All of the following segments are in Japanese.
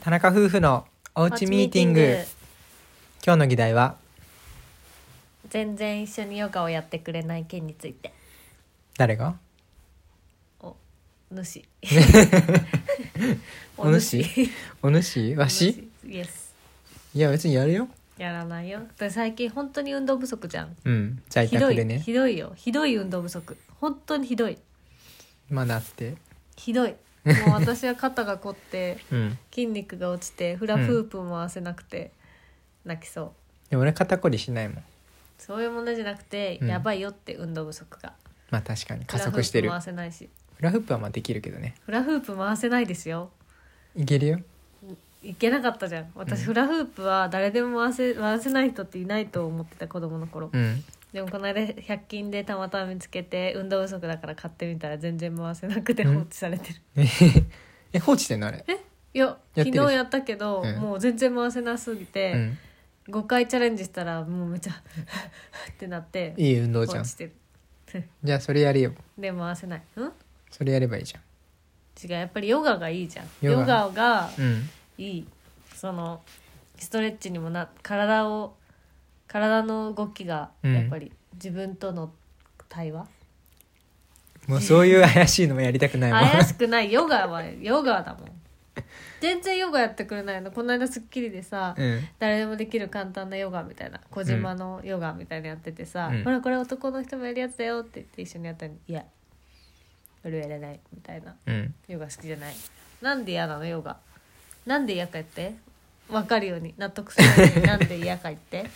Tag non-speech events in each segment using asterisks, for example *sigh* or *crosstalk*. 田中夫婦のおうちミーティング今日の議題は全然一緒にヨガをやってくれない件について誰が *laughs* 主お主お主わしイエスいや別にやるよやらないよで最近本当に運動不足じゃんうん在ひど宅でい、ねひどいよひどい運動不足本当にひどいまあだってひどいもう私は肩が凝って *laughs* うん筋肉が落ちてフラフープも回せなくて、泣きそうでも俺肩こりしないもんそういうものじゃなくて、うんやばいよって運動不足がまあ確かに加速してるフラフープ回せないしフラフープはまあできるけどねフラフープ回せないですよいけるよいけなかったじゃん私、うんフラフープは誰でも回せ回せない人っていないと思ってた子供の頃、うんでもこの間100均でたまたま見つけて運動不足だから買ってみたら全然回せなくてうん放置されてる、 *laughs* え放置してんのあれいややって昨る日やったけど、うんもう全然回せなすぎて、うん5回チャレンジしたらもうめちゃ *laughs* ってなっていい運放動じゃん置してるじゃあそれやれよで回せないん違それやればいいじゃうやっぱりヨガがいいじゃんヨヨガガがんうんいいそのストレッチにもな体を体の動きがうんやっぱり自分との対話、もうそういう怪しいのもやりたくないもん怪しくないヨガはヨガだもん全然ヨガやってくれないのこの間『スッキリ』でさ、 *laughs* うん誰でもできる簡単なヨガみたいな小島のヨガみたいなやっててさ「うんほらこれ男の人もやるやつだよ」って言って一緒にやったのに「いや俺はやれない」みたいなうんヨガ好きじゃないなんで嫌なのヨガなんで嫌か言ってわかるように納得するようになんで嫌か言って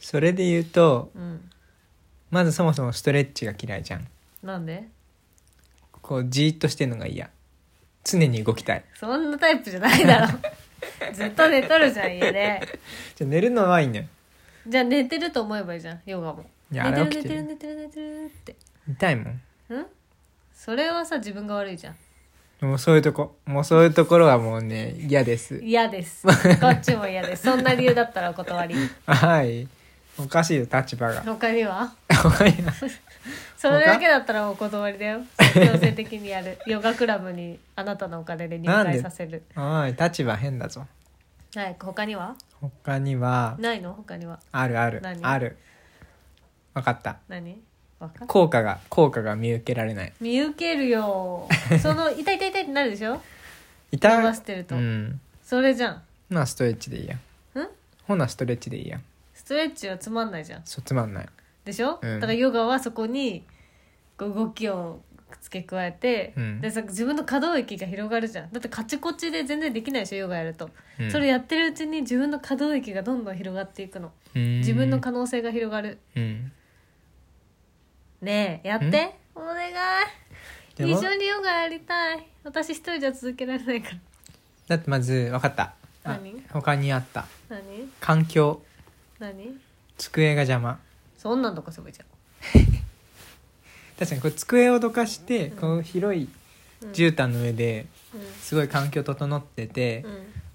それで言うとうんまずそもそもストレッチが嫌いじゃんなんでこうじーっとしてるのが嫌常に動きたいそんなタイプじゃない *laughs* だろずっと寝とるじゃん家でじゃあ寝るのはいいねじゃあ寝てると思えばいいじゃんヨガもい寝やあてれはる起寝きててるる寝てる寝てるって痛いもんうんそれはさ自分が悪いじゃんもうそういうとこもうそういうところはもうね嫌です嫌ですこっちも嫌ですそんな理由だったらお断りはいおかしいよ立場 *laughs* が他にはいそれだけだったらお断りだよ強制的にやるヨガクラブにあなたのお金で入なんで会させるおい立場変だぞはい他には他にはないの他にはあるある何ある分かった何わかん効果が効果が見受けられない見受け *laughs* るよその痛い痛い痛いってなるでしょ痛い伸ばしてるとうんそれじゃんほなストレッチでいいやんほなストレッチでいいやストレッチはつまんないじゃんそうつまんないでしょ、うんだからヨガはそこにこう動きを付け加えて、うんでさ自分の可動域が広がるじゃんだってカチコチで全然できないでしょヨガやると、うんそれやってるうちに自分の可動域がどんどん広がっていくの自自分の可能性が広がるうんねえやってお願いで一も緒にヨガやりたい私一人じゃ続けられないからだってまず分かったあ何他にあった何環境何机が邪魔そんなんとかすごいじゃん確かにこれ机をどかして、この広いうん絨毯の上でうすごい環境整ってて、ん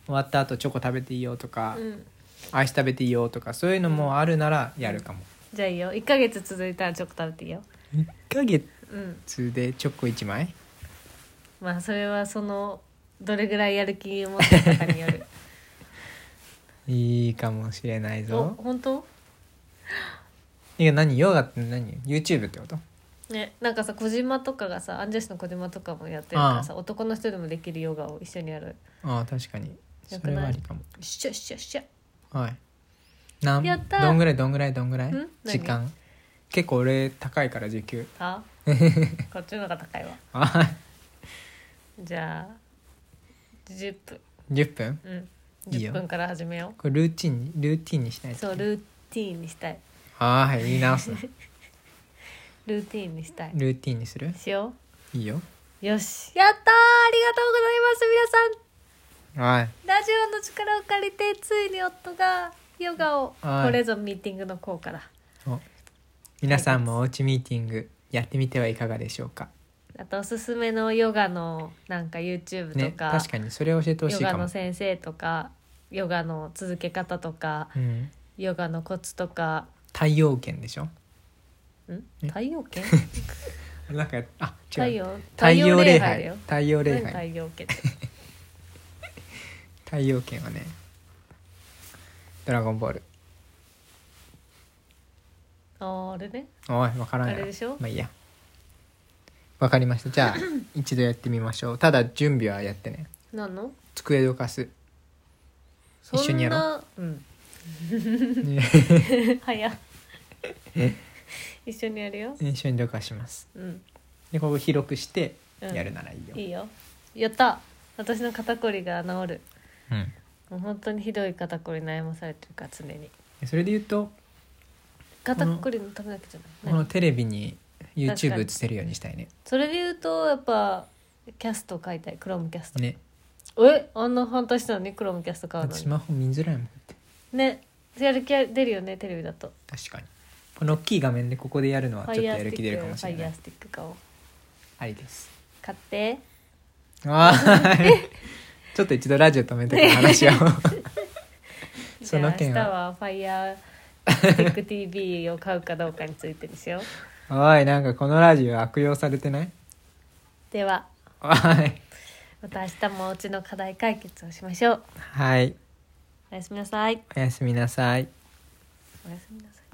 終わった後チョコ食べていいよとか、うん、うん、アイス食べていいよとかそういうのもあるならやるかも、じゃあいいよ1ヶ月続いたらチョコ食べていいよ1ヶ月うんでチョコ1枚まあそれはそのどれぐらいやる気を持ってたかによ *laughs* るいいかもしれないおぞ本当いや何ヨガって何 YouTube ってことねなんかさ小島とかがさアンジェスの小島とかもやってるからさ男の人でもできるヨガを一緒にやるああ確かにそよくないれはありかもシュッシュッシュッはいなんやったどんぐらいどんぐらいどんぐらいん何時間結構俺高いから時給 *laughs* あこっちの方が高いわあじゃあ10分10分うんいいよ10分から始めよこれルーティンにルーティンにしなういとそうルーティーンにしたいはーい言い直すなルーティーンにしたいルーティンにするしよいいようよしやったーありがとうござはいます皆さんいラジオの力を借りてついに夫がヨガをはいこれぞミーティングの効果だお皆さんもおうちミーティングやってみてはいかがでしょうかあとおすすめのヨガのなんか YouTube ねとか,、確かにそれを教えてほしヨいガかもの先生とかヨガの続け方とかうんヨガのコツとか太陽圏でしょんえ太陽 *laughs* 系なんかあ太違う陽太陽礼太陽礼拝だ拝よ太陽礼何太拝陽系って太陽圏はねドラゴンボールあーあれねおい分からんやろあれでしょまあいいやわかりました *clears throat* じゃあ一度やってみましょうただ準備はやってねなんの机どかす一緒にやろうそんなねうん *laughs* 早っ一緒にやるよ一緒にどかしますうんでここ広くしてうんやるならいいよ、いいよやった私の肩こりが治るうんもう本当にひどい肩こり悩まされてるから常にそれで言うと肩こりのためだけじゃなこいの何テレビに確か YouTube に映せるようにしたいねそれで言うとやっぱキャスト買いたいクロームキャスト、ねえあんな反対したのにクロームキャスト買だうっのてにスマホ見づらいもんってねやる気出るよねテレビだと確かにこの大きい画面でここでやるのはフちょっとァイヤーやスるティ気ッ出クるフかもしれァイなヤーいスティック買おうありです買ってあーちょっと一度ラジオ止めてから話をそのじゃあ明件日ははファイヤースティック TV を買うかどうかについてにしよう *laughs* おいなんかこのラジオ悪用されてないではおいまた明日もおうちの課題解決をしましょうはいおやすみなさいおやすみなさいおやすみなさい